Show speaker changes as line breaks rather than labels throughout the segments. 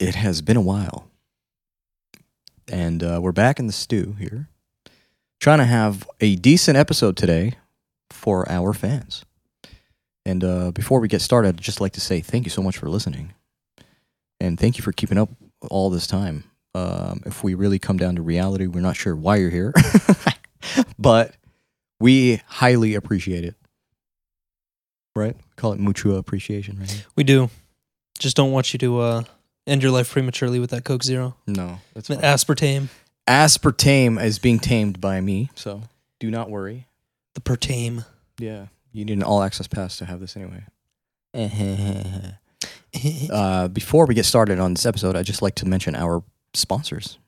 It has been a while. And uh, we're back in the stew here. Trying to have a decent episode today for our fans. And uh, before we get started, I'd just like to say thank you so much for listening. And thank you for keeping up all this time. Um, if we really come down to reality, we're not sure why you're here, but we highly appreciate it. Right? Call it mutual appreciation, right?
We do. Just don't want you to uh, end your life prematurely with that Coke Zero.
No, that's
The aspartame,
aspartame is being tamed by me, so do not worry.
the pertame.
Yeah, you need an all-access pass to have this anyway. uh, before we get started on this episode, I'd just like to mention our sponsors.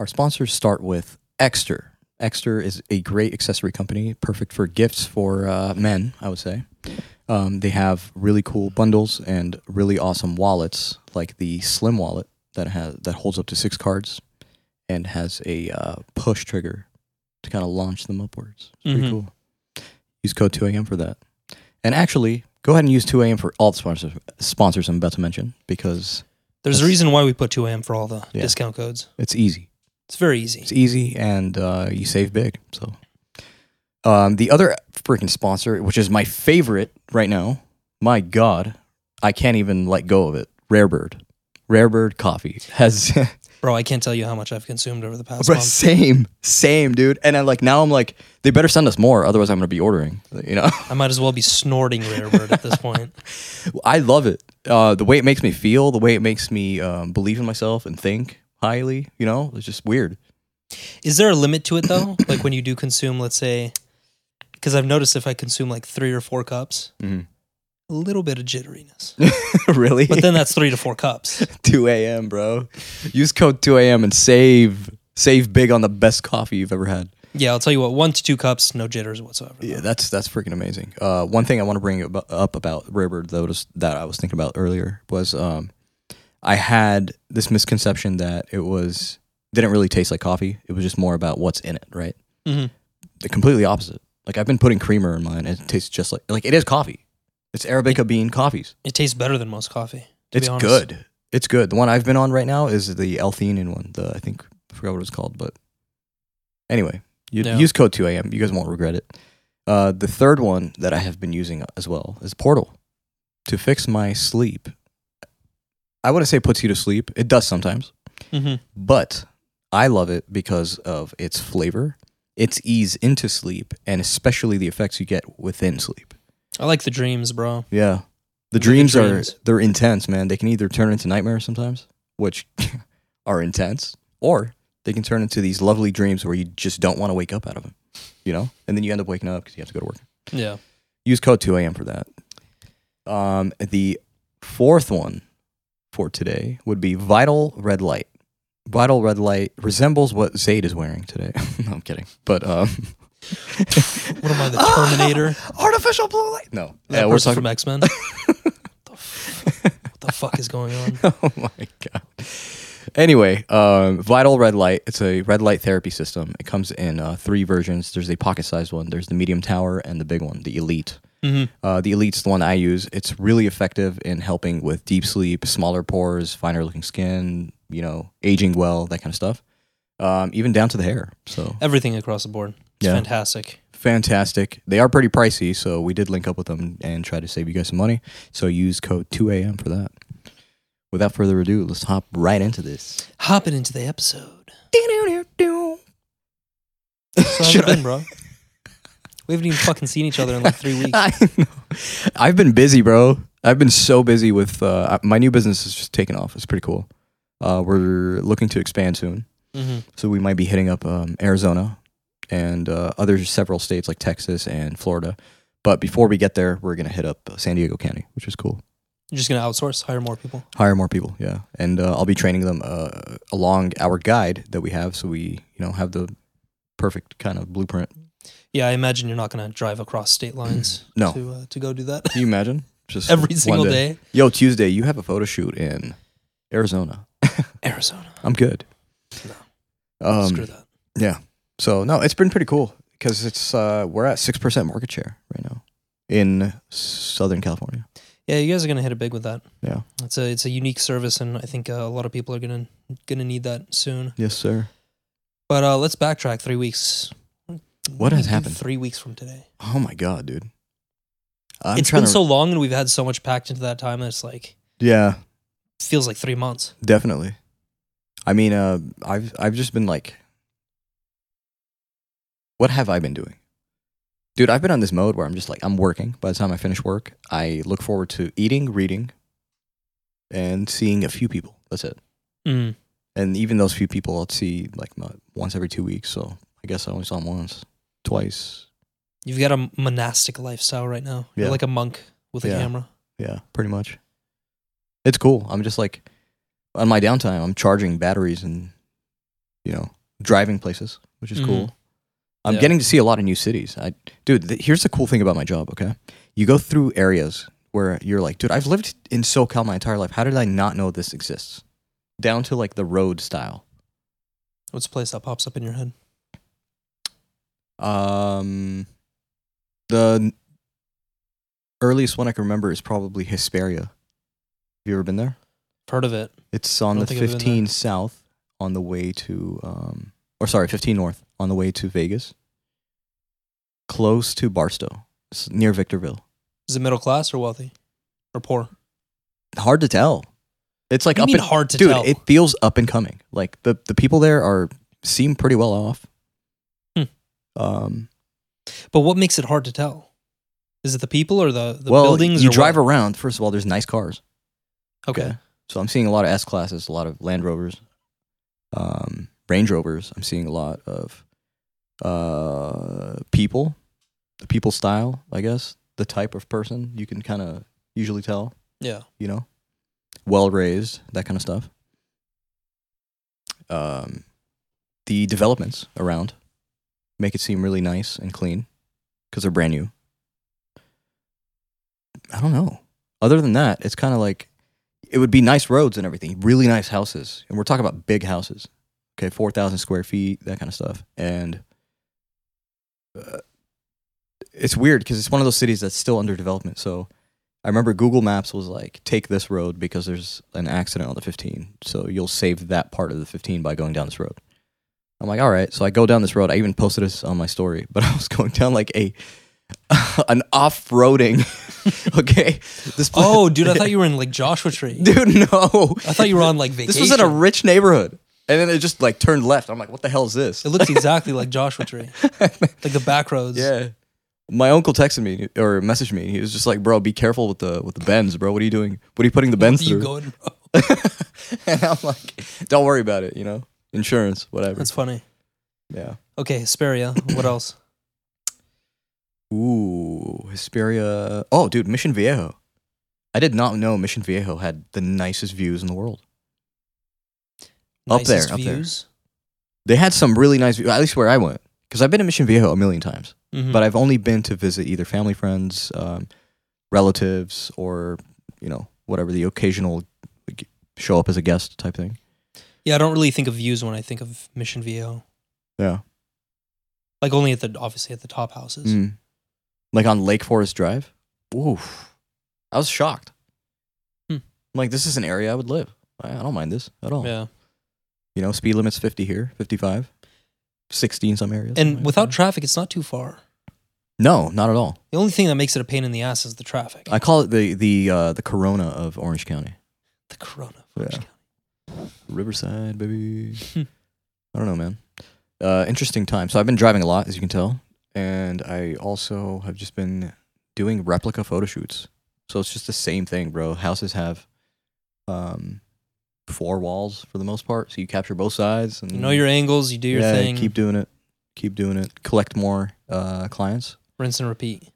Our sponsors start with Exter. Exter is a great accessory company, perfect for gifts for uh, men, I would say. Um, they have really cool bundles and really awesome wallets, like the Slim wallet that has that holds up to six cards and has a uh, push trigger to kind of launch them upwards. It's pretty
Mhm.
cool. Use code 2AM for that. And actually, go ahead and use 2AM for all the sponsors, sponsors I'm about to mention because
There's a reason why we put 2AM for all the
Yeah.
discount codes.
it's easy.
It's very easy.
It's easy and uh, you save big. So, um, the other freaking sponsor, which is my favorite right now, my God, I can't even let go of it. Rarebird. Rarebird Coffee has
Bro, I can't tell you how much I've consumed over the past
But
month.
same, same, dude. And I like now I'm like, they better send us more, otherwise I'm gonna be ordering. You know,
I might as well be snorting rare bird at this point.
I love it. Uh, the way it makes me feel, the way it makes me um, believe in myself and think highly. You know, it's just weird.
Is there a limit to it though? Like when you do consume, let's say, because I've noticed if I consume like three or four cups,
Mhm.
a little bit of jitteriness.
really,
But then that's three to four cups.
2 a.m., bro. Use code 2 a.m. and save save big on the best coffee you've ever had.
Yeah, I'll tell you what, one to two cups, no jitters whatsoever.
Yeah, that's that's freaking amazing. Uh, one thing I want to bring ab- up about Rarebird that was that I was thinking about earlier was um, I had this misconception that it was didn't really taste like coffee. It was just more about what's in it, right?
Mhm.
The completely opposite. Like I've been putting creamer in mine, and it tastes just like like it is coffee. It's Arabica bean coffees.
It tastes better than most coffee. to be
It's
honest.
good. It's good. The one I've been on right now is the l one. The I think I forgot what it's called, but anyway, you,
Yeah.
use code 2AM. You guys won't regret it. Uh, the third one that I have been using as well is Portal to fix my sleep. I wouldn't say puts you to sleep. It does sometimes,
Mhm.
but I love it because of its flavor, its ease into sleep, and especially the effects you get within sleep.
I like the dreams, bro.
Yeah. The
Vivid
dreams,
dreams.
are they're intense, man. They can either turn into nightmares sometimes, which are intense, or they can turn into these lovely dreams where you just don't want to wake up out of them, you know? And then you end up waking up because you have to go to work.
Yeah.
Use code 2AM for that. Um, the fourth one for today would be Vital Red Light. Vital Red Light resembles what Zayd is wearing today. no, I'm kidding. But um,
What am I, the Terminator?
artificial blue light. No.
That
Yeah,
person
we're talking
from X Men. what, the f- what the fuck is going on?
oh my god. Anyway, um, Vital Red Light. It's a red light therapy system. It comes in uh, three versions. There's a pocket-sized one. There's the medium tower and the big one, the elite.
Mhm.
Uh, the elite's the one I use. It's really effective in helping with deep sleep, smaller pores, finer-looking skin. You know, aging well, that kind of stuff. Um, even down to the hair. So
Everything across the board. It's
Yeah.
fantastic.
fantastic. They are pretty pricey, so we did link up with them and try to save you guys some money. So use code 2AM for that. Without further ado, let's hop right into this.
Hopping into the episode. So how's
Should
it
I-
been, bro? We haven't even fucking seen each other in like three weeks.
I know. I've been busy, bro. I've been so busy with uh, my new business is just taking off. It's pretty cool. Uh, we're looking to expand soon,
hmm
so we might be hitting up um, Arizona and uh, other several states like Texas and Florida. But before we get there, we're gonna hit up San Diego uh, County, which is cool.
You're just gonna outsource, hire more people.
hire more people yeah and uh, i'll be training them uh, along our guide that we have so we you know have the perfect kind of blueprint
Yeah, I imagine you're not gonna drive across state lines.
No.
to uh, to go do that
can you imagine just
every
one
single day.
yo tuesday you have a photo shoot in arizona
Arizona,
i'm good
screw
um,
that.
so no it's been pretty cool because it's uh, we're at 6% market share right now in southern california
Yeah, you guys are gonna hit it big with that.
Yeah.
it's a it's a unique service, and I think uh, a lot of people are gonna gonna need that soon.
yes sir
But uh, let's backtrack three weeks.
What has
We do
happened?
Three weeks from today.
oh my god dude i'm
it's
trying
been
to
so long, and we've had so much packed into that time. That it's like
yeah
feels like three months.
Definitely. I mean, uh, I've I've just been like, what have I been doing, dude? I've been on this mode where I'm just like, I'm working. By the time I finish work, I look forward to eating, reading, and seeing a few people. That's it.
Mm.
And even those few people, I'll see like mo- once every two weeks. So I guess I only saw them once, twice.
You've got a monastic lifestyle right now. You're
Yeah.
like a monk with a
Yeah.
camera.
Yeah, pretty much. It's cool. I'm just like, on my downtime, I'm charging batteries and, you know, driving places, which is cool. I'm
Yeah.
getting to see a lot of new cities. I, dude, th- here's the cool thing about my job. Okay, you go through areas where you're like, dude, I've lived in SoCal my entire life. How did I not know this exists? Down to like the road style.
What's a place that pops up in your head?
Um, the n- earliest one I can remember is probably Hesperia. Have you ever been there?
Heard of it?
It's on
don't
the
think I've been
15 south on the way to, um, or sorry, 15 north on the way to Vegas, close to Barstow, it's near Victorville.
Is it middle class or wealthy or poor?
Hard to tell. It's like
Like, I
up
mean,
and
hard to
dude,
tell.
it feels up and coming. Like the the people there are seem pretty well off.
Hmm.
Um,
but what makes it hard to tell? Is it the people or the, the
well,
buildings?
you
or
drive
what?
around. First of all, there's nice cars.
Okay.
So I'm seeing a lot of S classes, a lot of Land Rovers, um, Range Rovers. I'm seeing a lot of uh, people, the people style, I guess, the type of person you can kind of usually tell,
Yeah.
you know, well raised, that kind of stuff. Um, the developments around make it seem really nice and clean because they're brand new. I don't know. Other than that, it's kind of like it would be nice roads and everything, really nice houses. And we're talking about big houses, okay, 4,000 square feet, that kind of stuff. And uh, it's weird because it's one of those cities that's still under development. So I remember Google Maps was like, take this road because there's an accident on the 15. So you'll save that part of the 15 by going down this road. I'm like, all right. So I go down this road. I even posted this on my story, but I was going down like a an off-roading. okay, this place-
Oh, dude, I thought you were in like Joshua Tree.
dude no
I thought you were on like vacation.
this was in a rich neighborhood and then it just like turned left i'm like what the hell is this
It looks exactly like Joshua Tree, like the back roads.
yeah my uncle texted me or messaged me and he was just like bro be careful with the with the bends bro what are you doing what are you putting the bends
You
through
going? bro?
and i'm like don't worry about it you know insurance whatever
That's funny.
yeah
Okay, Hesperia. What else?
ooh hesperia oh dude mission viejo i did not know mission viejo had the nicest views in the world Up there,
Nicest
up there.
views.
they had some really nice views at least where i went because i've been to mission viejo a million times
Mhm.
but I've only been to visit either family, friends, um, relatives, or you know whatever the occasional like, show up as a guest type thing.
yeah, I don't really think of views when I think of Mission VO.
Yeah,
Like only at the obviously at the top houses.
Mm. like on Lake Forest Drive. Oof, I was shocked.
Hmm.
I'm like, this is an area I would live. I I don't mind this at all.
Yeah.
You know, speed limit's 50 here, 55, 60 in some areas. I'm
And
like,
without
okay.
traffic, it's not too far.
no, not at all.
The only thing that makes it a pain in the ass is the traffic.
I call it the the uh, the Corona of Orange County.
the corona.
Yeah. Riverside, baby.
Hmm.
I don't know, man. Uh, interesting time. So I've been driving a lot, as you can tell, and I also have just been doing replica photo shoots. So it's just the same thing, bro. Houses have um, four walls for the most part, so you capture both sides. And
You know your angles. You do your
yeah,
thing.
Keep doing it. Keep doing it. Collect more uh, clients.
rinse and repeat.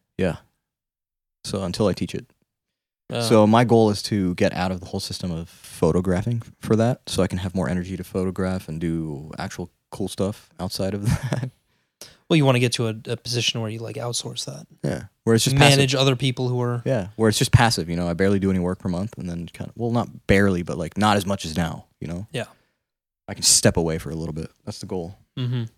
So until I teach it,
Uh,
So my goal is to get out of the whole system of photographing for that, so I can have more energy to photograph and do actual cool stuff outside of that.
well, you want to get to a, a position where you like outsource that,
yeah, where it's just
manage other people who are.
Passive. Yeah, where it's just passive. You know, I barely do any work per month, and then kind of well, not barely, but like not as much as now. You know.
Yeah.
I can step away for a little bit. That's the goal.
Mm-hmm.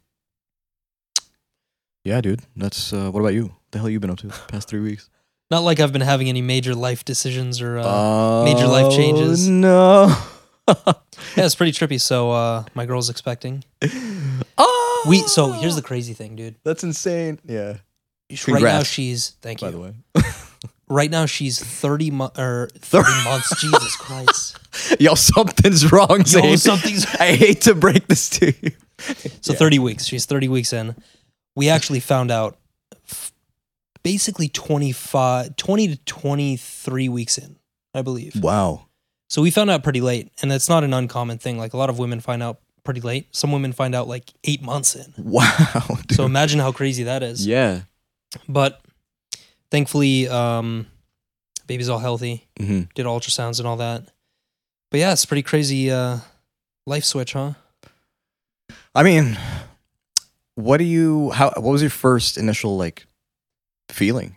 Yeah, dude. That's uh, what about you? the hell you been up to the past three weeks?
Not like I've been having any major life decisions or. Uh, major life changes.
Oh, No.
yeah, it's pretty trippy. So uh, my girl's expecting.
oh,
We so here's the crazy thing, dude.
That's insane. Yeah.
Right now
Congrats,
she's thank
By
you.
the way.
Right now she's thirty mo- or thirty months. Jesus Christ.
Yo, something's wrong,
Yo,
Zane.
something's-
I hate to break this to you.
So 30 weeks. She's 30 weeks in. We actually found out f- basically 25, 20 to 23 weeks in, I believe.
Wow.
So we found out pretty late. And that's not an uncommon thing. Like a lot of women find out pretty late. Some women find out like eight months in.
Wow. Dude.
So imagine how crazy that is.
yeah.
But thankfully, um, baby's all healthy,
hmm
did ultrasounds and all that. But yeah, it's pretty crazy uh, life switch, huh?
I mean, what do you? How? What was your first initial like feeling?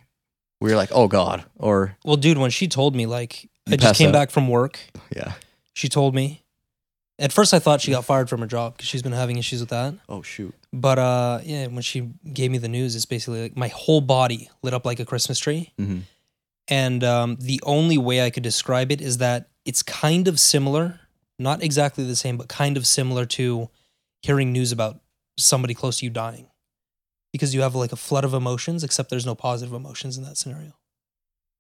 We were like, oh god, or
Well, dude, when she told me, like,
You
I just
passed
came
out.
back from work.
yeah.
She told me. At first, I thought she
Mm.
got fired from her job because she's been having issues with that.
Oh shoot.
But uh, yeah, when she gave me the news, it's basically like my whole body lit up like a Christmas tree.
hmm
And um, the only way I could describe it is that it's kind of similar, not exactly the same, but kind of similar to hearing news about somebody close to you dying because you have like a flood of emotions, except there's no positive emotions in that scenario.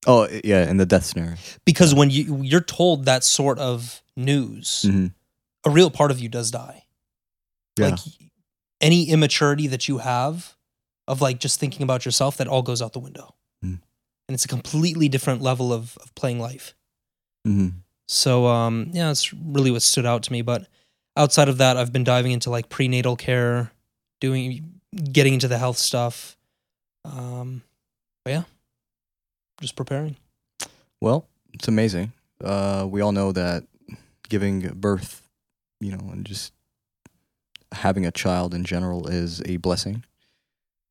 Oh yeah, in the death scenario.
Because when you you're told that sort of news,
Mm-hmm.
a real part of you does die.
Yeah.
like any immaturity that you have of like just thinking about yourself that all goes out the window
Mm.
and it's a completely different level of, of playing life
mm-hmm.
so um yeah that's really what stood out to me but outside of that i've been diving into like prenatal care doing getting into the health stuff um but yeah just preparing
Well, it's amazing. Uh, we all know that giving birth, you know, and just having a child in general is a blessing.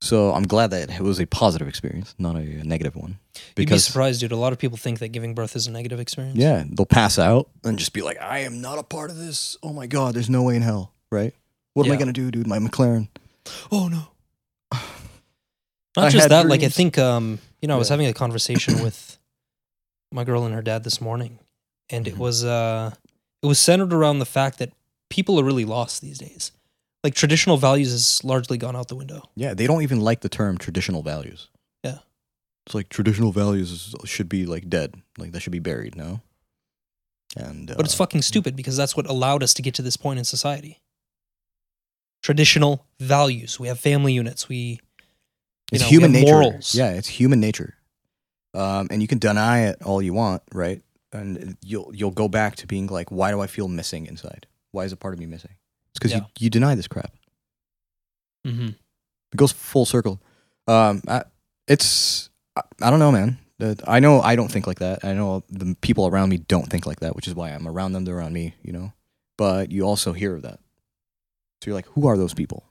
So I'm glad that it was a positive experience, not a negative one.
you'd be surprised dude a lot of people think that giving birth is a negative experience
yeah, they'll pass out and just be like, "I am not a part of this. Oh my god, there's no way in hell." Right? What am I
Yeah.
gonna do, dude? My McLaren.
oh no
I
not just
had
that like i
dreams.
think um you know i was
Yeah.
having a conversation with my girl and her dad this morning and
Mhm.
it was uh it was centered around the fact that people are really lost these days like traditional values has largely gone out the window
Yeah, they don't even like the term traditional values.
Yeah.
It's like traditional values is, should be like dead. Like that should be buried, no? And uh,
but it's fucking stupid because that's what allowed us to get to this point in society traditional values we have family units we you
it's
know, we
human
have
nature.
morals.
Yeah, it's human nature. Um, and you can deny it all you want, right? And you'll you'll go back to being like, why do I feel missing inside? Why is a part of me missing? It's because
Yeah.
you, you deny this crap.
mm-hmm.
It goes full circle. Um, I, it's I, I don't know, man. Uh, I know I don't think like that. I know the people around me don't think like that, which is why I'm around them. They're around me, you know. But you also hear of that, so you're like, who are those people?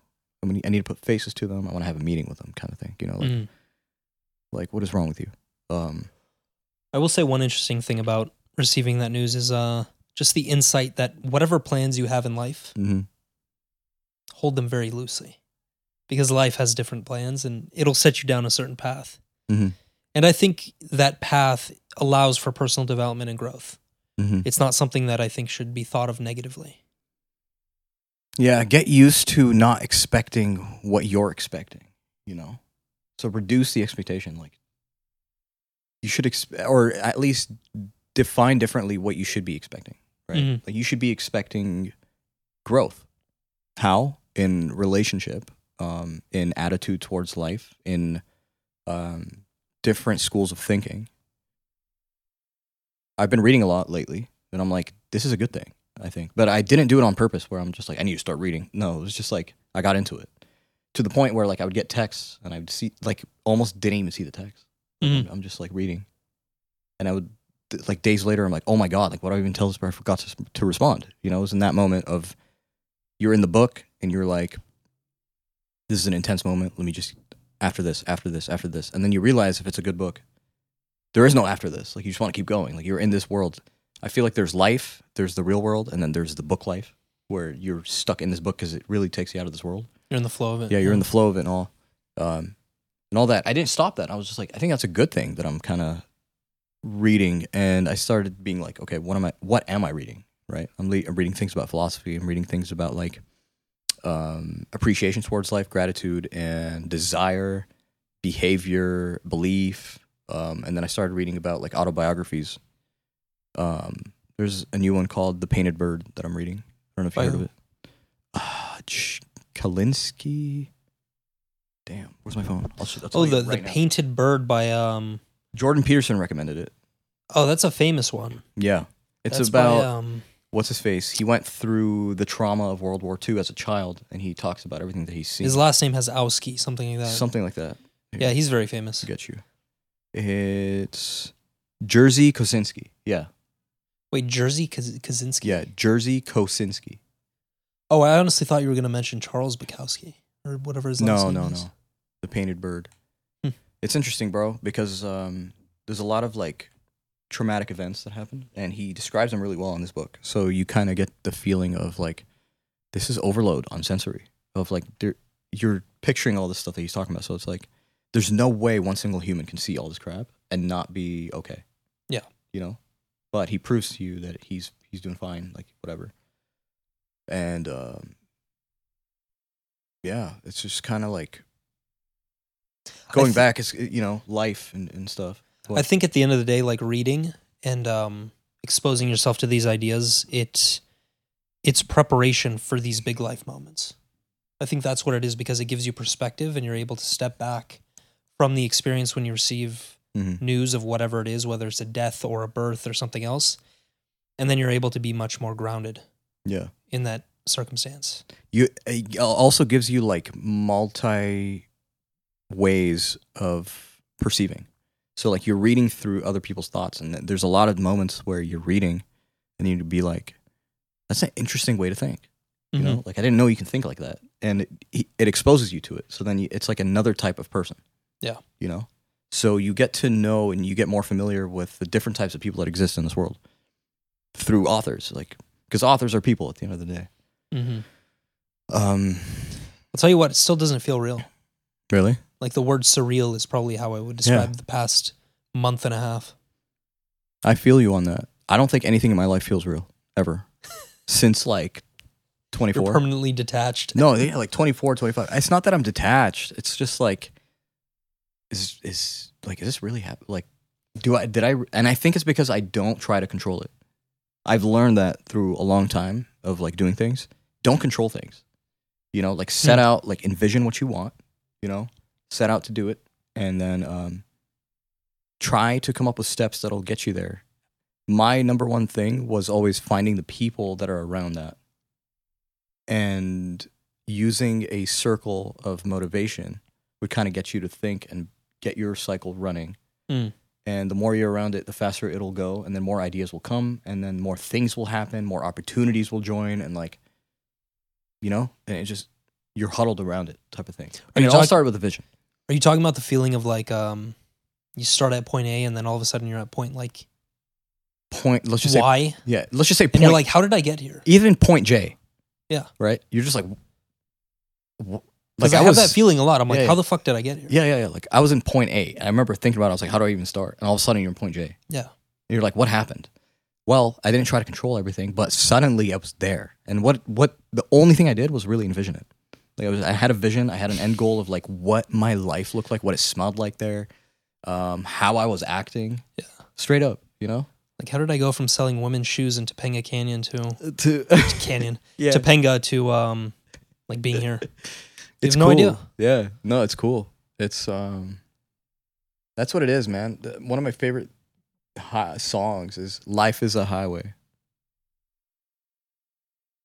I mean, I need to put faces to them. I want to have a meeting with them, kind of thing. You know, like,
mm.
like what is wrong with you? Um,
I will say one interesting thing about receiving that news is uh, just the insight that whatever plans you have in life,
mhm.
hold them very loosely because life has different plans and it'll set you down a certain path.
Mhm.
And I think that path allows for personal development and growth.
Mhm.
It's not something that I think should be thought of negatively.
yeah, get used to not expecting what you're expecting. You know, so reduce the expectation. Like you should expect, or at least define differently what you should be expecting. Right?
Mhm.
Like you should be expecting growth. How in relationship, um, in attitude towards life, in um, different schools of thinking. I've been reading a lot lately, and I'm like, this is a good thing, I think. But I didn't do it on purpose where I'm just like, I need to start reading. No, it was just like, I got into it to the point where like I would get texts and I'd see, like, almost didn't even see the text. I'm- I'm just like reading. And I would th- like days later, I'm like, oh my god, like what do I even tell this? person? I forgot to, s- to respond. You know, it was in that moment of you're in the book and you're like, this is an intense moment. Let me just after this, after this, after this, and then you realize if it's a good book, there is no after this. Like you just want to keep going. Like you're in this world. I feel like there's life, there's the real world, and then there's the book life where you're stuck in this book because it really takes you out of this world.
You're in the flow of it.
Yeah, you're in the flow of it and all, um, and all that. I didn't stop that. I was just like, I think that's a good thing that I'm kind of reading, and I started being like, okay, what am I? What am I reading? Right? I'm, le- I'm reading things about philosophy. I'm reading things about like um, appreciation towards life, gratitude, and desire, behavior, belief. Um, and then I started reading about like autobiographies. Um, there's a new one called The Painted Bird that I'm reading. I don't know if you
By
heard
who?
of it. Ah, Ch- Kalinsky. Damn, where's my phone? I'll, sh- I'll tell
oh,
you
the,
right
the
now.
painted bird by um.
Jordan Peterson recommended it.
Oh, that's a famous one.
Yeah, it's
That's by,
about
um,
what's his face. He went through the trauma of World War II as a child, and he talks about everything that he's seen.
his last name has Auski, something like that.
Something like that.
yeah, he's very famous.
Get you. It's Jerzy Kosinski. Yeah,
Wait, Jersey Kaz- Kaczynski.
yeah, Jerzy Kosinski.
Oh, I honestly thought you were going to mention Charles Bukowski or whatever his last
No,
name
no,
is.
no. The Painted Bird.
Hmm.
It's interesting, bro, because um, there's a lot of like traumatic events that happen, and he describes them really well in this book. So you kind of get the feeling of like this is overload on sensory of like there, you're picturing all this stuff that he's talking about. So it's like there's no way one single human can see all this crap and not be okay.
Yeah.
you know, but he proves to you that he's he's doing fine, like whatever. And um, yeah, it's just kind of like
I
going
thi-
back. It's you know life and, and stuff.
I think at the end of the day, like reading and um, exposing yourself to these ideas, it it's preparation for these big life moments. I think that's what it is because it gives you perspective and you're able to step back from the experience when you receive
Mhm.
news of whatever it is, whether it's a death or a birth or something else, and then you're able to be much more grounded
Yeah,
in that circumstance.
you it also gives you like multi ways of perceiving. So like you're reading through other people's thoughts, and th- there's a lot of moments where you're reading, and you'd be like, "That's an interesting way to think." You
Mhm.
know, like I didn't know you can think like that, and it, he- it exposes you to it. So then you, it's like another type of person.
Yeah.
you know. So you get to know and you get more familiar with the different types of people that exist in this world through authors, like because authors are people at the end of the day.
Mhm.
Um,
I'll tell you what, it still doesn't feel real.
really?
Like the word surreal is probably how I would describe the past month and a half.
I feel you on that. I don't think anything in my life feels real ever since like twenty
You're
four.
permanently detached.
No, yeah, like 24, 25. It's not that I'm detached. It's just like, is is like, is this really happening? Like, do I did I? And I think it's because I don't try to control it. I've learned that through a long time of like doing things. Don't control things. You know, like set
Hmm.
out, like envision what you want. You know, set out to do it, and then um, try to come up with steps that'll get you there. My number one thing was always finding the people that are around that and using a circle of motivation would kind of get you to think and get your cycle running.
Mm.
And the more you're around it, the faster it'll go, and then more ideas will come, and then more things will happen, more opportunities will join, and like, you know, and it just you're huddled around it type of thing. And
you
it all
talk-
started with a vision.
Are you talking about the feeling of like um you start at point A and then all of a sudden you're at point like
Point. Let's just
Y
say yeah. Let's just say
and you're
point.
like how did I get here?
even point J.
Yeah.
Right. You're just like. wh-
Because
I
I, have
was-
that feeling a lot. I'm like
Yeah,
how
yeah.
the fuck did I get here?
Yeah, yeah, yeah. Like I was in point A. And I remember thinking about it. I was like, how do I even start? And all of a sudden you're in point J.
Yeah.
And you're like, what happened? Well, I didn't try to control everything, but suddenly I was there. And what what the only thing I did was really envision it. Like I was I had a vision, I had an end goal of like what my life looked like, what it smelled like there, um, how I was acting.
Yeah.
Straight up, you know?
Like how did I go from selling women's shoes in Topanga Canyon to
Uh, To
Canyon
yeah.
Topanga to um like being here?
It's
have no
cool.
idea.
Yeah, no, it's cool. It's um, that's what it is, man. The- One of my favorite hi- songs is "Life Is a Highway."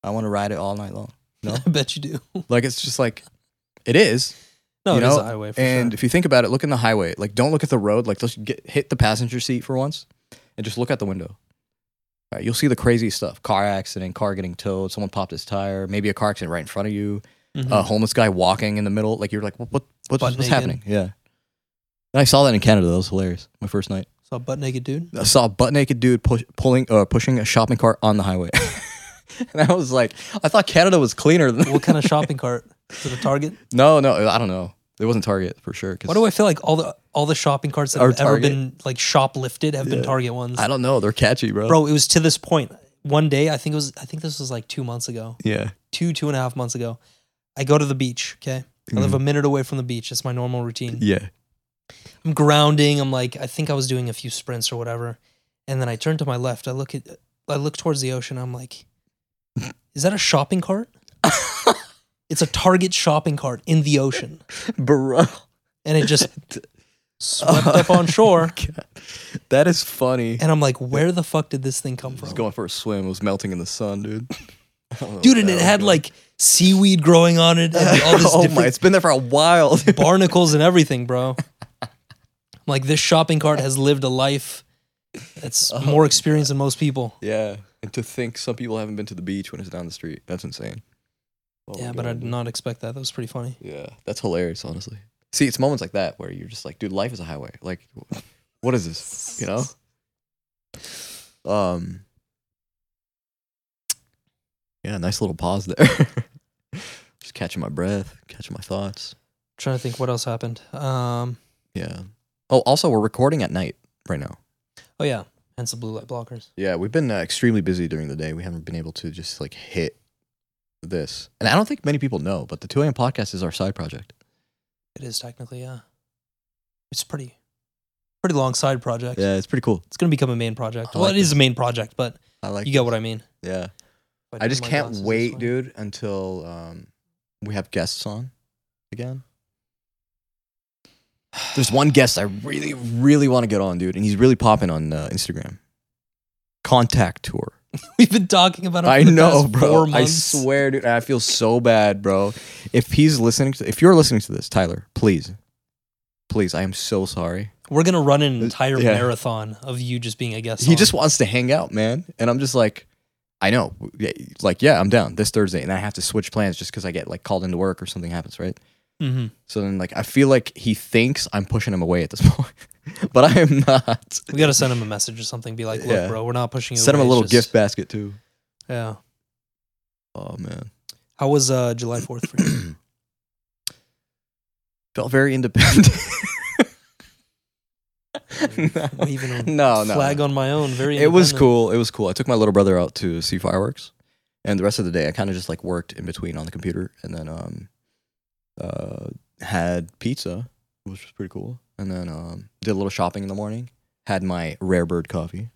I want to ride it all night long. No,
I bet you do.
like it's just like it is.
No,
You
it is
know,
a highway for
and
sure.
if you think about it, look in the highway. Like, don't look at the road. Like, let's get hit the passenger seat for once, and just look out the window. All right, you'll see the crazy stuff: car accident, car getting towed, someone popped his tire, maybe a car accident right in front of you,
Mhm.
a homeless guy walking in the middle. Like you're like, what, what what's,
Butt
what's
naked.
happening? Yeah. And I saw that in Canada. That was hilarious. My first night,
Saw a butt naked dude.
I saw a butt naked dude push, pulling uh, pushing a shopping cart on the highway, and I was like, I thought Canada was cleaner. Than-
What kind of shopping cart? Is it a Target?
no, no, I don't know. It wasn't Target for sure. 'cause
Why do I feel like all the all the shopping carts that
Are
have ever
Target.
been like shoplifted have been Target ones?
I don't know. They're catchy, bro.
Bro, it was to this point. One day, I think it was. I think this was like two months ago,
Yeah.
two two and a half months ago. I go to the beach. Okay, I live a minute away from the beach. It's my normal routine.
Yeah.
I'm grounding. I'm like, I think I was doing a few sprints or whatever, and then I turn to my left. I look at, I look towards the ocean. I'm like, is that a shopping cart? it's a Target shopping cart in the ocean,
Bro.
and it just swept up on shore.
That is funny.
And I'm like, where the fuck did this thing come
I was
from?
going for a swim. It was melting in the sun, dude. I don't know
Dude,
what
and
the
it
hell
had
was
like seaweed growing on it and
going
all this
on. oh my,
different
it's been there for a while. dude.
barnacles and everything, bro. I'm like, this shopping cart has lived a life that's
Oh.
more experienced than most people.
yeah. And to think some people haven't been to the beach when it's down the street. That's insane. Oh my
yeah, but I
God.
did not expect that. That was pretty funny.
Yeah. That's hilarious, honestly. See, it's moments like that where you're just like, dude, life is a highway. Like, what is this? You know? Um. Yeah, nice little pause there. just catching my breath, catching my thoughts.
trying to think what else happened. Um,
Yeah. Oh, also, we're recording at night right now.
oh yeah, hence the blue light blockers.
Yeah, we've been uh, extremely busy during the day. We haven't been able to just like hit this. And I don't think many people know, but the 2 a.m. podcast is our side project.
It is technically yeah. It's pretty, pretty long side project.
Yeah, it's pretty cool.
It's gonna become a main project.
I
well,
like
it is a main project, but
I like
you get what I mean.
Yeah.
If
I
turn
just
my
can't
glasses this
wait,
way-
dude, until um, we have guests on again. There's one guest I really, really want to get on, dude, and he's really popping on uh, Instagram. Contact tour.
We've been talking about. Him
I
for the
know,
past Four
bro. I
months.
swear, dude. I feel so bad, bro. If he's listening to, if you're listening to this, Tyler, please, please, I am so sorry.
We're gonna run an entire
Uh, yeah.
marathon of you just being a guest.
He
on.
just wants to hang out, man, and I'm just like, I know, Yeah, like, yeah, I'm down this Thursday, and I have to switch plans just because I get like called into work or something happens, right?
Mhm.
So then, like, I feel like he thinks I'm pushing him away at this point, but I am not.
We gotta send him a message or something. Be like, look,
Yeah.
bro, we're not pushing you.
Send him a
away,
little
it's
gift
just-
basket too.
Yeah.
Oh man,
How was uh, July Fourth for you?
felt very independent.
Waving a
no, no,
flag
no.
on my own. Very.
It was
independent.
cool. It was cool. I took my little brother out to see fireworks, and the rest of the day I kind of just like worked in between on the computer, and then um, uh, had pizza, which was pretty cool, and then um, did a little shopping in the morning. Had my rare bird coffee,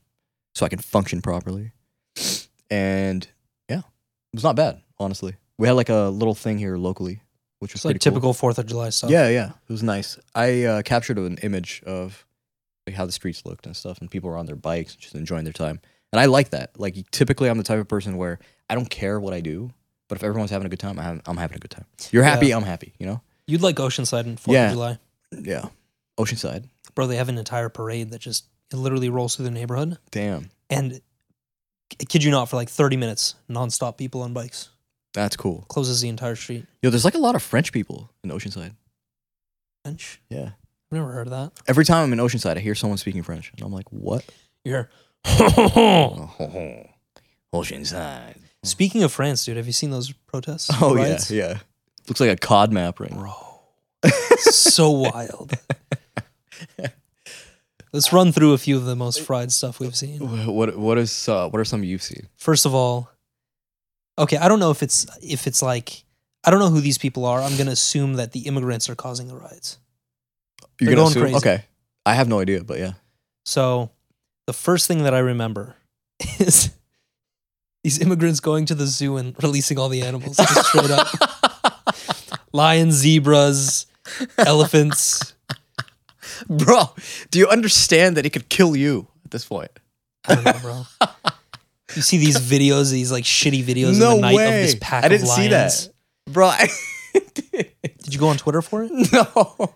so I can function properly, and yeah, it was not bad honestly. We had like a little thing here locally, which was
It's like
pretty cool.
typical Fourth of July stuff.
Yeah, yeah, it was nice. I uh, captured an image of like, how the streets looked and stuff, and people were on their bikes just enjoying their time. And I like that. Like typically, I'm the type of person where I don't care what I do, but if everyone's having a good time, I'm, I'm having a good time. You're happy, I'm happy. You know?
You'd like Oceanside and Fourth
Yeah.
of July,
Yeah. Oceanside.
bro. They have an entire parade that just it literally rolls through the neighborhood,
Damn,
and I kid you not, for like thirty minutes, nonstop people on bikes
that's cool.
closes the entire street.
Yo, there's like a lot of French people in Oceanside.
French?
Yeah.
I've never heard of that.
Every time I'm in Oceanside, I hear someone speaking French, and I'm like, what?
You hear?
Oceanside.
Mm. Speaking of France, dude, have you seen those protests?
Oh yeah,
riots?
yeah. Looks like a COD map right now.
bro. so wild. Let's run through a few of the most fried stuff we've seen.
Wh- What what is uh, what are some you've seen?
first of all okay i don't know if it's if it's like i don't know who these people are i'm gonna assume that the immigrants are causing the riots They're
gonna
going crazy.
Okay, I have no idea, but yeah,
so the first thing that i remember is these immigrants going to the zoo and releasing all the animals just straight up lions zebras elephants
bro, do you understand that he could kill you at this point?
i don't know bro you see these videos these like shitty videos
no
in the night
way!
of this pack
I didn't
of
see
lions
that, bro. I
did you go on twitter for it
no,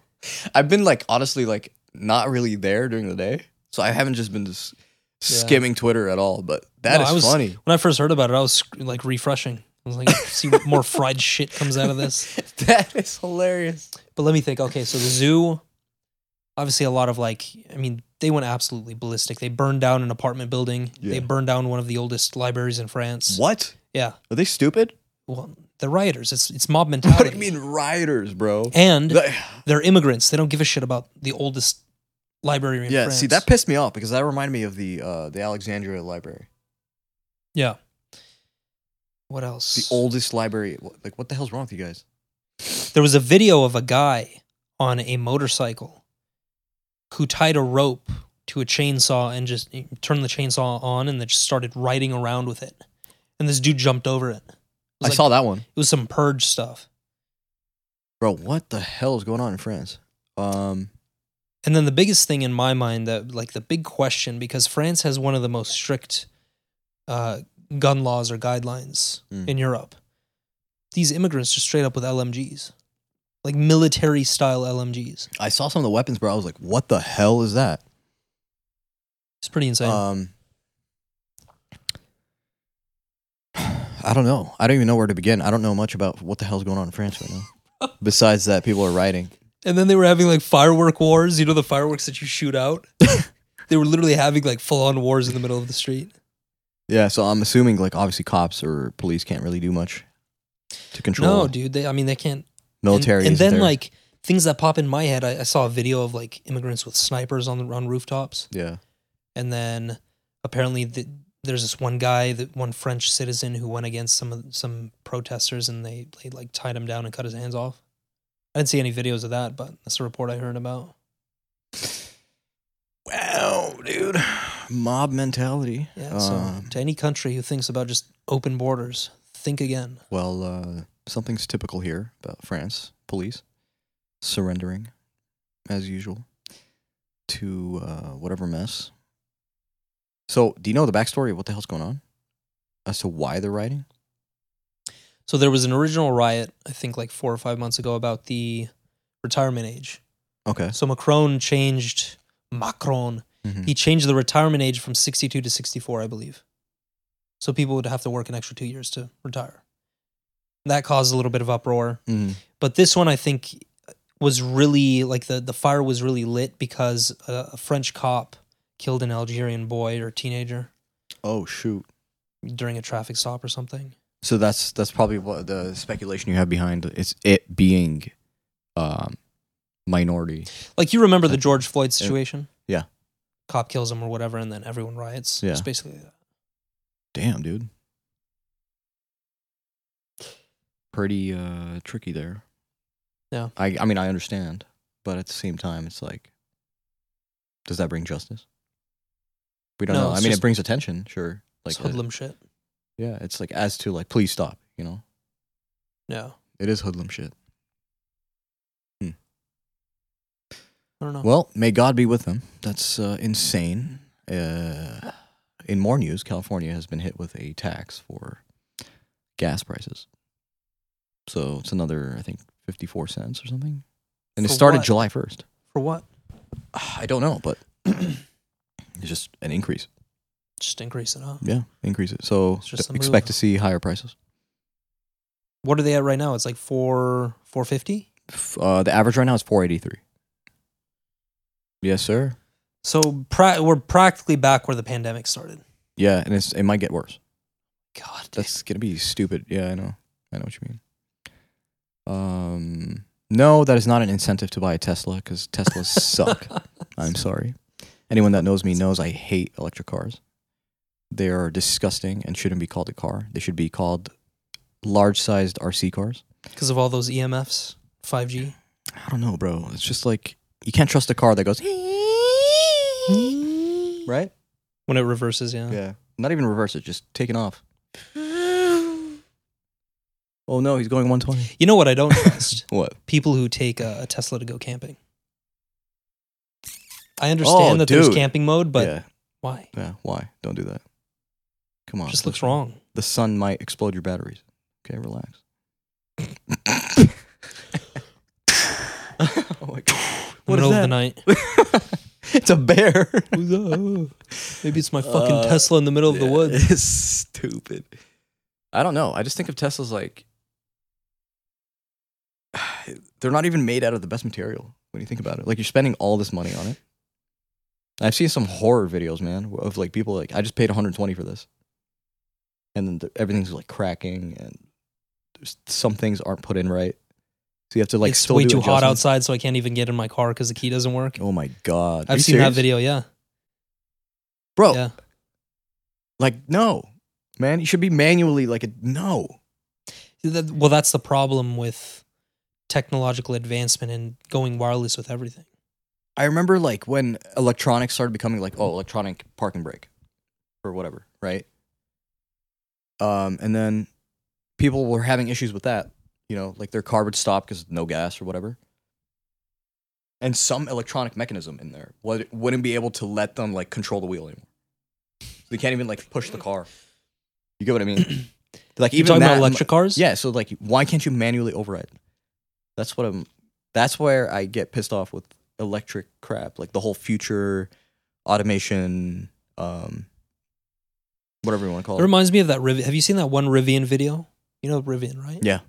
I've been like honestly like not really there during the day, so I haven't just been just skimming Twitter at all, but that is
No, I was-
funny.
When I first heard about it, I was sc- like refreshing. I was like, see what more fried shit comes out of this.
That is hilarious.
But let me think. Okay, so the zoo, obviously, a lot of like, I mean, they went absolutely ballistic. They burned down an apartment building.
Yeah.
They burned down one of the oldest libraries in France.
What?
Yeah.
Are they stupid?
Well, they're rioters. It's it's mob
What
mentality.
do you mean rioters, bro?
And
They-
they're immigrants. They don't give a shit about the oldest library in
yeah,
France.
see that pissed me off because that reminded me of the uh, the Alexandria Library,
Yeah. What
the
else?
oldest library. Wh- Like, what the hell's wrong with you guys?
There was a video of a guy on a motorcycle who tied a rope to a chainsaw and just he turned the chainsaw on and then just started riding around with it. And this dude jumped over it. It
I
was, like-
saw that one,
it was some purge stuff.
bro. What the hell is going on in France? Um,
And then the biggest thing in my mind that like the big question because France has one of the most strict uh, gun laws or guidelines
Mm.
in Europe. These immigrants just straight up with LMGs. Like military style LMGs.
I saw some of the weapons, bro. I was like, what the hell is that?
It's pretty insane.
Um, I don't know. I don't even know where to begin. I don't know much about what the hell's going on in France right now. Besides that, people are rioting.
And then they were having like firework wars, you know, the fireworks that you shoot out. they were literally having like full on wars in the middle of the street.
Yeah, so I'm assuming like obviously cops or police can't really do much to control
No, dude. They, I mean, they can't. and-
military.
And,
isn't
then
there?
like things that pop in my head, I, I saw a video of like immigrants with snipers on the on rooftops,
yeah,
and then apparently the, there's this one guy, that one French citizen who went against some of- some protesters, and they they like tied him down and cut his hands off. I didn't see any videos of that, but that's a report I heard about.
wow, dude, mob mentality.
Yeah. So
Um,
to any country who thinks about just open borders, think again.
well, uh, something's typical here about France police surrendering, as usual, to uh, whatever mess. So, do you know the backstory of what the hell's going on as to why they're rioting?
So there was an original riot, I think like four or five months ago, about the retirement age.
Okay,
So Macron changed Macron.
Mhm.
He changed the retirement age from 62 to 64, I believe. So people would have to work an extra two years to retire. That caused a little bit of uproar.
Mhm.
but this one I think was really like the the fire was really lit because a, a French cop killed an Algerian boy or teenager
oh shoot.
during a traffic stop or something.
So that's that's probably what the speculation you have behind it's it being um minority.
Like you remember the George Floyd situation?
Yeah.
Cop kills him or whatever, and then everyone riots.
Yeah.
It's basically that.
Damn, dude. Pretty uh tricky there.
Yeah.
I I mean I understand, but at the same time it's like does that bring justice? We don't
No,
know. I
it's
mean it
just-
brings attention, sure. Like uh,
it's hoodlum shit.
yeah, it's like as to like please stop, you know.
Yeah.
It is hoodlum shit.
I don't know.
Well, may God be with them. That's uh, insane. Uh, in more news, California has been hit with a tax for gas prices. So it's another, I think, 54 cents or something. And it
For
started
what?
July 1st.
For what?
Ah, I don't know, but it's just an increase.
Just increase it, huh?
Yeah, increases. So
It's just a
expect
move.
to see higher prices.
What are they at right now? It's like four four fifty.
F- Uh, the average right now is 483. Yes, sir.
So pra- we're practically back where the pandemic started.
Yeah, and it's, it might get worse.
God, damn.
That's gonna be stupid. Yeah, I know. I know what you mean. Um, no, that is not an incentive to buy a Tesla because Teslas suck. I'm sorry. Anyone that knows me knows I hate electric cars. They are disgusting and shouldn't be called a car. They should be called large-sized RC cars.
because of all those EMFs, five G.
I don't know, bro. It's just like you can't trust a car that goes right.
When it reverses, yeah.
Yeah. Not even reverse it. Just taking off. Oh no, he's going 120.
You know what I don't trust?
What?
People who take a, a Tesla to go camping. I understand
Oh,
that there's
dude.
camping mode, but
yeah,
why?
yeah. Why? Don't do that. Come on.
It just looks wrong.
The sun might explode your batteries. Okay, relax. oh my god. What is Oh
Middle of
that?
the night.
it's a bear.
Maybe it's my fucking
Uh,
Tesla in the middle of the
Yeah,
woods.
It's stupid. I don't know. I just think of Teslas like they're not even made out of the best material when you think about it. Like you're spending all this money on it. I've seen some horror videos, man, of like people like I just paid 120 for this, and then the, everything's like cracking, and there's, some things aren't put in right, so you have to like
it's
still
way
do
too hot
adjustments.
outside, so I can't even get in my car because the key doesn't work.
Oh my god! Are you
I've seen
serious?
that video. Yeah,
bro.
yeah.
Like no, man, you should be manually like a no.
That- well, that's the problem with technological advancement and going wireless with everything.
I remember like when electronics started becoming like, oh, electronic parking brake or whatever, right? Um, and then people were having issues with that, you know, like their car would stop because no gas or whatever. And some electronic mechanism in there would, wouldn't be able to let them like control the wheel anymore. They can't even like push the car. You get what I mean? like
You're
even
talking
that,
about
I'm
electric cars.
yeah, so like why can't you manually override? That's what I'm that's where I get pissed off with electric crap, like the whole future automation um whatever you want to call
It
it.
reminds me of that Riv- Have you seen that one Rivian video? You know Rivian, right?
Yeah.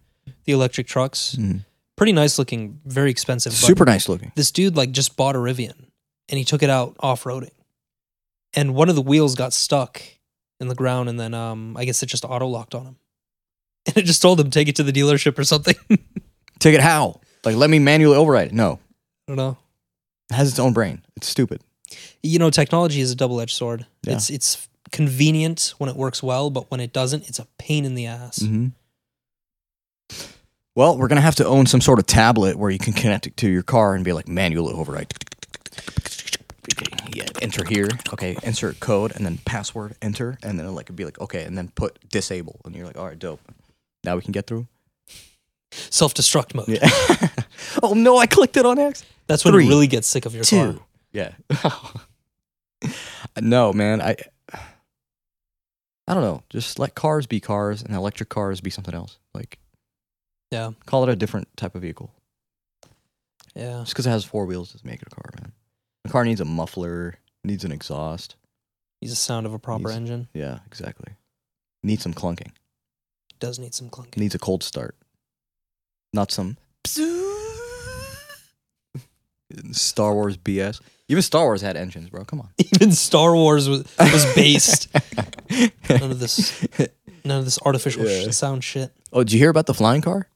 The electric trucks.
Mhm.
Pretty nice looking, very expensive. but
Super nice looking.
This dude like just bought a Rivian and he took it out off roading. And one of the wheels got stuck in the ground and then um I guess it just auto locked on him. And it just told him take it to the dealership or something. I
Take it how? Like let me manually override it. No.
don't know.
It has its own brain. It's stupid.
You know, technology is a double edged sword.
Yeah.
It's it's convenient when it works well, but when it doesn't, it's a pain in the ass.
Mm-hmm. Well, we're gonna have to own some sort of tablet where you can connect it to your car and be like manual override. Yeah, enter here. Okay, insert code and then password. Enter and then it'll like be like okay, and then put disable, and you're like, all right, dope. Now we can get through.
Self destruct mode.
Yeah. oh no, I clicked it on X.
That's when
Three,
you really get sick of your car.
Yeah. no, man. I. I don't know. Just let cars be cars and electric cars be something else. Like
Yeah.
call it a different type of vehicle.
Yeah.
Just because it has four wheels doesn't make it a car, man. A car needs a muffler, needs an exhaust.
He's the sound of a proper
He's-
engine.
Yeah, exactly. Needs some clunking.
Does need some clunking.
Needs a cold start. Not some Star Wars BS. Even Star Wars had engines, bro. Come on.
Even Star Wars was, was based none of this none of this artificial
Yeah.
sh- sound shit.
Oh, did you hear about the flying car?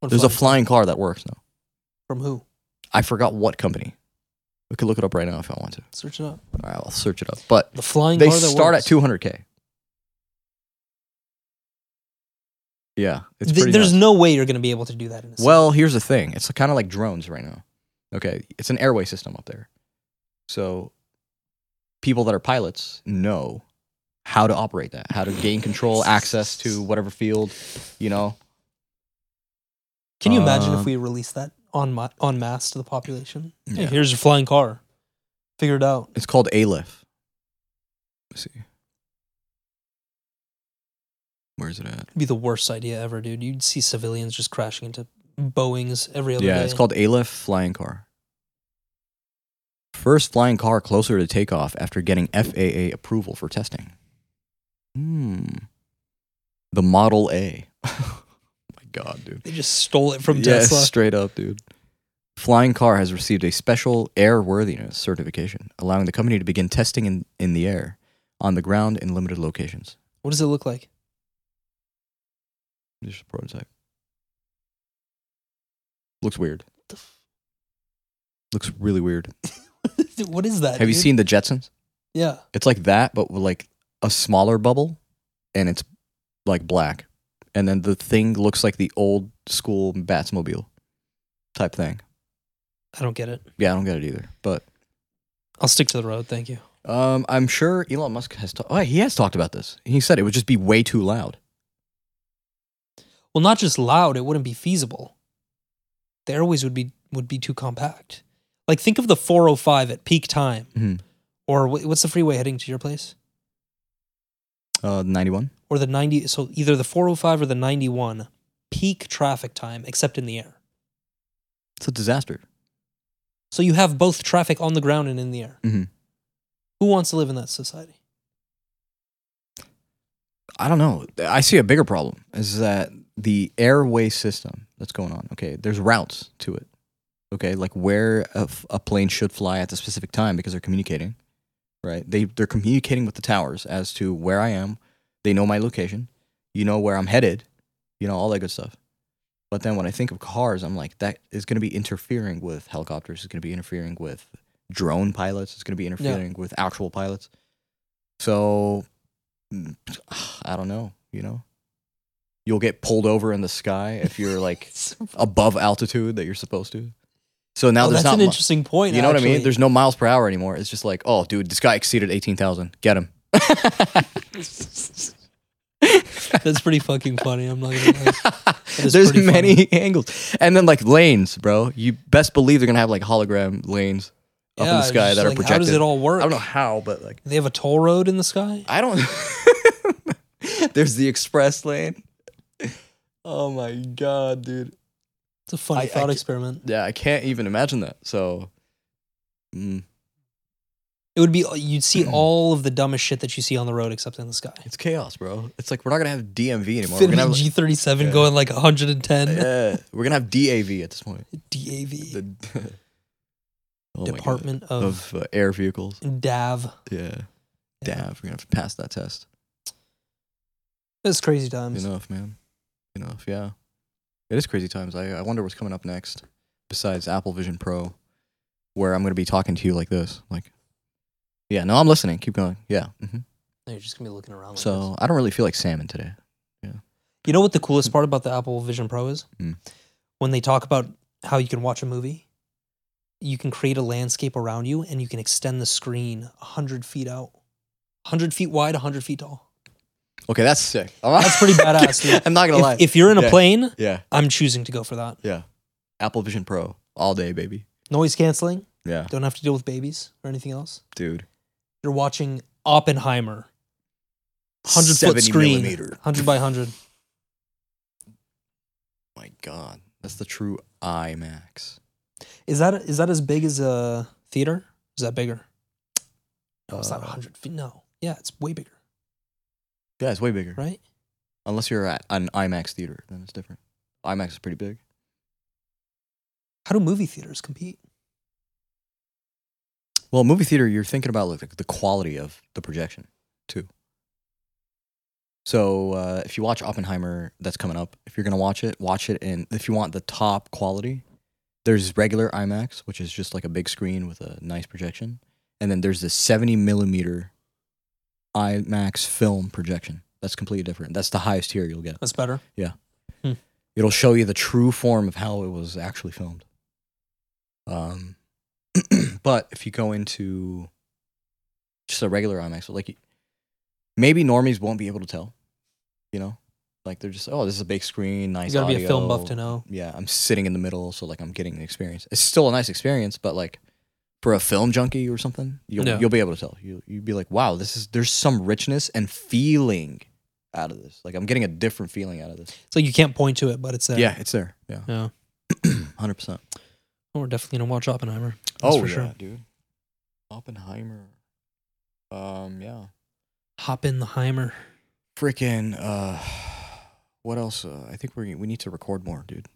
What
There's a
fun.
flying car that works now.
from who?
I forgot what company. We could look it up right now if I want to.
Search it up.
All right, I'll search it up. But
The flying
they
car that
start
works.
at 200k. Yeah, it's
Th-
pretty
there's
nuts.
no way you're going to be able to do that in a
Well, here's the thing. It's kind of like drones right now. Okay, it's an airway system up there. So people that are pilots know how to operate that, how to gain control, access to whatever field, you know.
Can you imagine
Um,
if we release that on ma- on mass to the population? Hey,
Yeah.
here's your flying car. Figure it out.
It's called Aleph. Let's see. Where is it at?
It'd be the worst idea ever, dude. You'd see civilians just crashing into Boeings every other
yeah,
day.
it's called Aleph Flying Car. First flying car closer to takeoff after getting FAA approval for testing. Hmm. The Model A. oh my God, dude.
They just stole it from
Yeah,
Tesla.
Straight up, dude. Flying car has received a special airworthiness certification, allowing the company to begin testing in, in the air, on the ground, in limited locations.
What does it look like?
Just a prototype. Looks weird. Looks really weird.
what is that?
Have you
dude?
seen the Jetsons?
Yeah.
It's like that, but with like a smaller bubble, and it's like black, and then the thing looks like the old school Batsmobile type thing.
I don't get it.
Yeah, I don't get it either. But
I'll stick to the road. Thank you.
um, I'm sure Elon Musk has ta- oh, he has talked about this. He said it would just be way too loud.
Well, not just loud, it wouldn't be feasible. The airways would be would be too compact. Like think of the 405 at peak time,
Mhm.
or wh- what's the freeway heading to your place,
Uh, 91.
or the 90. So either the 405 or the 91, peak traffic time, except in the air.
It's a disaster.
So you have both traffic on the ground and in the air.
Mhm.
Who wants to live in that society?
I don't know. I see a bigger problem is that the airway system that's going on. Okay, there's routes to it. Okay, like where a, f- a plane should fly at the specific time because they're communicating, right? They they're communicating with the towers as to where I am. They know my location. You know where I'm headed. You know all that good stuff. But then when I think of cars, I'm like that is going to be interfering with helicopters. It's going to be interfering with drone pilots. It's going to be interfering with actual pilots. So mm, I don't know, you know. You'll get pulled over in the sky if you're like above altitude that you're supposed to. So now
Oh,
there's
that's
not
an
mu-
interesting point.
you know what I mean?
actually.
There's no miles per hour anymore. It's just like, oh, dude, this guy exceeded eighteen thousand. Get him.
that's pretty fucking funny. I'm not gonna lie. is
There's
pretty
many angles, and then like lanes, bro. You best believe they're gonna have like hologram lanes up in
Yeah,
the
it's
sky
just
that are
like,
projected.
How does it all work?
I don't know how, but like
They have a toll road in the sky.
I don't. There's the express lane. Oh my god, dude.
It's a funny
I- I
thought
ca-
experiment.
Yeah, I can't even imagine that. So, mm,
It would be uh, you'd see all of the dumbest shit that you see on the road except in the sky.
it's chaos, bro. It's like we're not gonna have DMV anymore. We're
Fit
gonna have,
G thirty seven
Yeah.
going like hundred and ten.
yeah, we're gonna have DAV at this point.
DAV
The Oh my God.
Department of,
of uh, air vehicles.
DAV.
Yeah,
Yeah.
damn, we're gonna have to pass that test.
It's crazy times.
Enough, man. Enough. Yeah, it is crazy times. I I wonder what's coming up next besides Apple Vision Pro, where I'm gonna be talking to you like this, like. Yeah, no, I'm listening. Keep going. Yeah. hmm
No, You're just gonna be looking around. Like this.
So I don't really feel like salmon today.
You know what the coolest part about the Apple Vision Pro is?
Mm.
When they talk about how you can watch a movie, you can create a landscape around you and you can extend the screen 100 feet out. 100 feet wide, 100 feet tall.
Okay, that's sick.
That's pretty badass, dude.
I'm not gonna lie.
If, if you're in a
Yeah.
plane,
yeah,
I'm choosing to go for that.
yeah. Apple Vision Pro all day, baby.
Noise canceling,
Yeah,
don't have to deal with babies or anything else.
dude.
You're watching Oppenheimer, 100 foot
70
screen,
millimeter.
100 by 100.
My God, that's the true IMAX.
Is that is that as big as a theater? Is that bigger? No, it's not
Uh,
100 feet. No. Yeah, it's way bigger,
Yeah, it's way bigger.
right?
Unless you're at an IMAX theater, then it's different. IMAX is pretty big.
How do movie theaters compete?
Well, movie theater, you're thinking about like the quality of the projection too. So uh, if you watch Oppenheimer, that's coming up. If you're gonna watch it, watch it in. If you want the top quality, there's regular IMAX, which is just like a big screen with a nice projection, and then there's the 70 millimeter IMAX film projection. That's completely different. That's the highest tier you'll get.
That's better.
It'll show you the true form of how it was actually filmed. Um, but if you go into just a regular IMAX, like maybe normies won't be able to tell, you know, like they're just oh, this is a big screen, nice.
You gotta be a film buff
audio.
to know.
Yeah, I'm sitting in the middle, so like I'm getting the experience. It's still a nice experience, but like for a film junkie or something, you'll
Yeah.
you'll be able to tell. You you'd be like, wow, this is there's some richness and feeling out of this. Like I'm getting a different feeling out of this.
It's like you can't point to it, but it's there.
Yeah, it's there. Yeah,
Yeah.
hundred percent.
Well, we're definitely gonna watch Oppenheimer. That's
Oh
for
yeah,
sure.
dude. Oppenheimer. Um, yeah.
Hop in the Heimer.
Freaking. Uh, what else? Uh, I think we we need to record more, dude.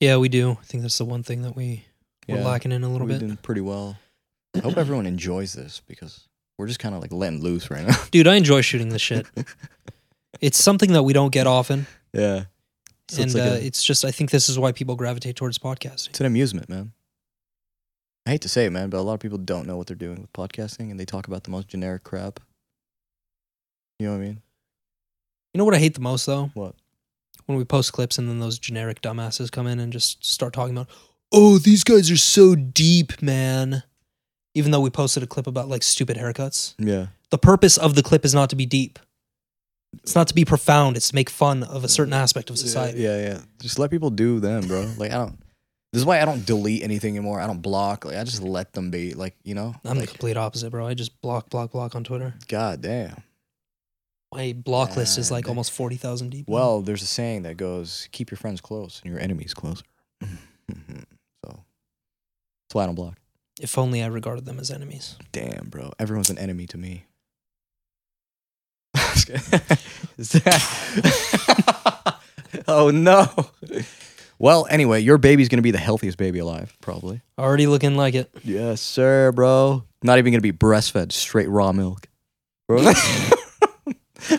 Yeah, we do. I think that's the one thing that we we're lacking in a little
we've
bit.
done pretty well. I hope everyone enjoys this because we're just kind of like letting loose right now.
Dude, I enjoy shooting this shit. it's something that we don't get often,
yeah. So
and
it's like
uh,
a-
it's just I think this is why people gravitate towards podcasting.
It's an amusement, man. I hate to say it, man, but a lot of people don't know what they're doing with podcasting, and they talk about the most generic crap. You know what I mean?
You know what I hate the most though?
What?
When we post clips and then those generic dumbasses come in and just start talking about, oh, these guys are so deep, man. Even though we posted a clip about like stupid haircuts.
Yeah.
the purpose of the clip is not to be deep. It's not to be profound. It's to make fun of a certain aspect of society.
Yeah, yeah. Just let people do them, bro. like I don't. This is why I don't delete anything anymore. I don't block. Like I just let them be. Like you know.
I'm
like,
the complete opposite, bro. I just block, block, block on Twitter.
God damn.
My block list is
Yeah,
like
they-
almost 40,000 deep. now.
Well, there's a saying that goes, "Keep your friends close and your enemies closer." so that's why I don't block.
If only I regarded them as enemies.
Damn, bro. Everyone's an enemy to me. Is that- oh no. Well, anyway, your baby's gonna be the healthiest baby alive, probably.
Already looking like it.
Yes, sir, bro. Not even gonna be breastfed, straight raw milk, bro.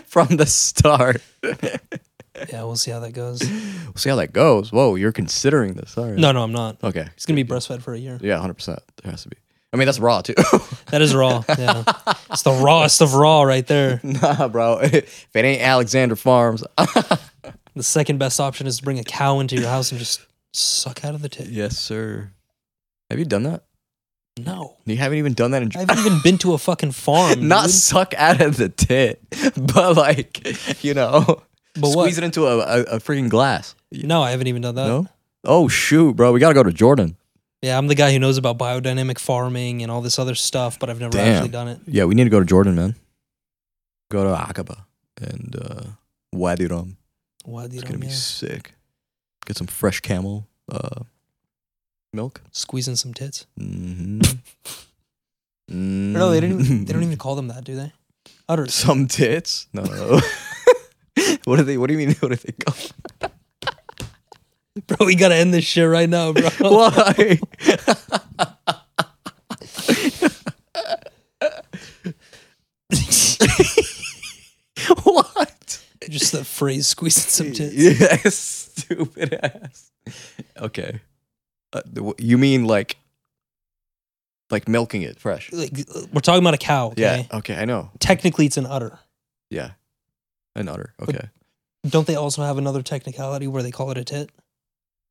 From the start.
Yeah, we'll see how that goes.
We'll see how that goes. Whoa, you're considering this. All right.
No, no, I'm not.
Okay.
He's gonna be breastfed for a year.
Yeah, hundred percent. There has to be. I mean, that's raw too.
That is raw. Yeah, it's the rawest of raw right there.
nah, bro. If it ain't Alexander Farms,
The second best option is to bring a cow into your house and just suck out of the tit.
Yes, sir. Have you done that?
No,
You haven't even done that in
I haven't even been to a fucking farm.
not
dude.
suck out of the tit, but like you know,
But
squeeze
what?
it into a, a, a freaking glass.
No, I haven't even done that.
no. Oh shoot, bro, we gotta go to Jordan.
Yeah, I'm the guy who knows about biodynamic farming and all this other stuff, but I've never
Damn.
actually done it.
Yeah, we need to go to Jordan, man. Go to Aqaba and uh, Wadi Rum.
What? You
It's
know,
gonna be
yeah.
sick. Get some fresh camel uh, milk.
squeezing some tits.
Mm-hmm. Mm.
Or No, they didn't. Even, they don't even call them that, do they? Utter.
Some tits? No, no. no. what are they? What do you mean? What are they called?
Bro, we gotta end this shit right now, bro.
Why? what?
Just that phrase, squeezing some tits.
Yes, stupid ass. Okay. Uh, the- wh- you mean like, like milking it fresh?
Like, we're talking about a cow. Okay?
Yeah. Okay, I know.
Technically, it's an udder.
Yeah. An udder. Okay.
Don't they also have another technicality where they call it a tit?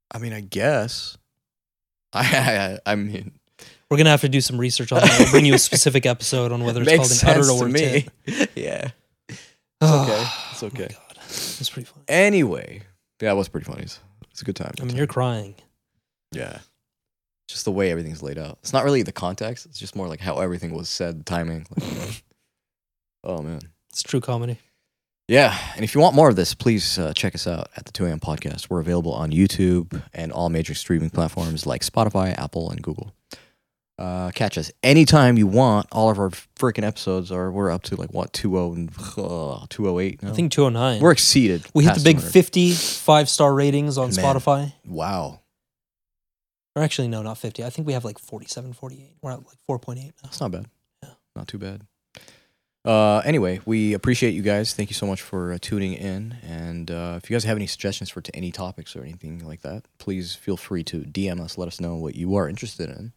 I mean, I guess. I I, I mean,
We're gonna have to do some research on that. We'll bring you a specific episode on whether it's
makes
called an
sense
udder or
to
a
me.
tit.
yeah. It's
Oh,
okay. It's
my
okay.
God. It's pretty funny.
Anyway, yeah, it was pretty funny. It's, it's a good time.
I mean, you're crying.
yeah. Just the way everything's laid out. It's not really the context. It's just more like how everything was said, timing. like, you know. oh man.
It's true comedy.
Yeah, and if you want more of this, please uh, check us out at the 2 a.m. podcast. We're available on YouTube and all major streaming platforms like Spotify, Apple, and Google. Uh, catch us anytime you want. All of our freaking episodes are, we're up to like what, 20 and uh, 208 now?
I think 209.
we're exceeded.
we hit the
past
big
200.
50 five star ratings on
Man.
Spotify.
Wow.
Or actually, no, not 50. I think we have like 47, 48. We're at like 4.8 now.
That's not bad.
Yeah.
Not too bad. Uh, anyway, we appreciate you guys. Thank you so much for uh, tuning in. And uh, if you guys have any suggestions for to any topics or anything like that, please feel free to DM us. Let us know what you are interested in.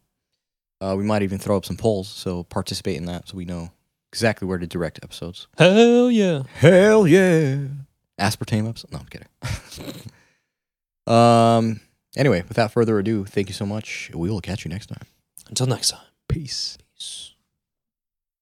Uh, we might even throw up some polls, so participate in that so we know exactly where to direct episodes.
Hell yeah.
Hell yeah! Aspartame episode? No, I'm kidding. um. Anyway, without further ado, thank you so much. We will catch you next time.
Until next time.
Peace.
Peace.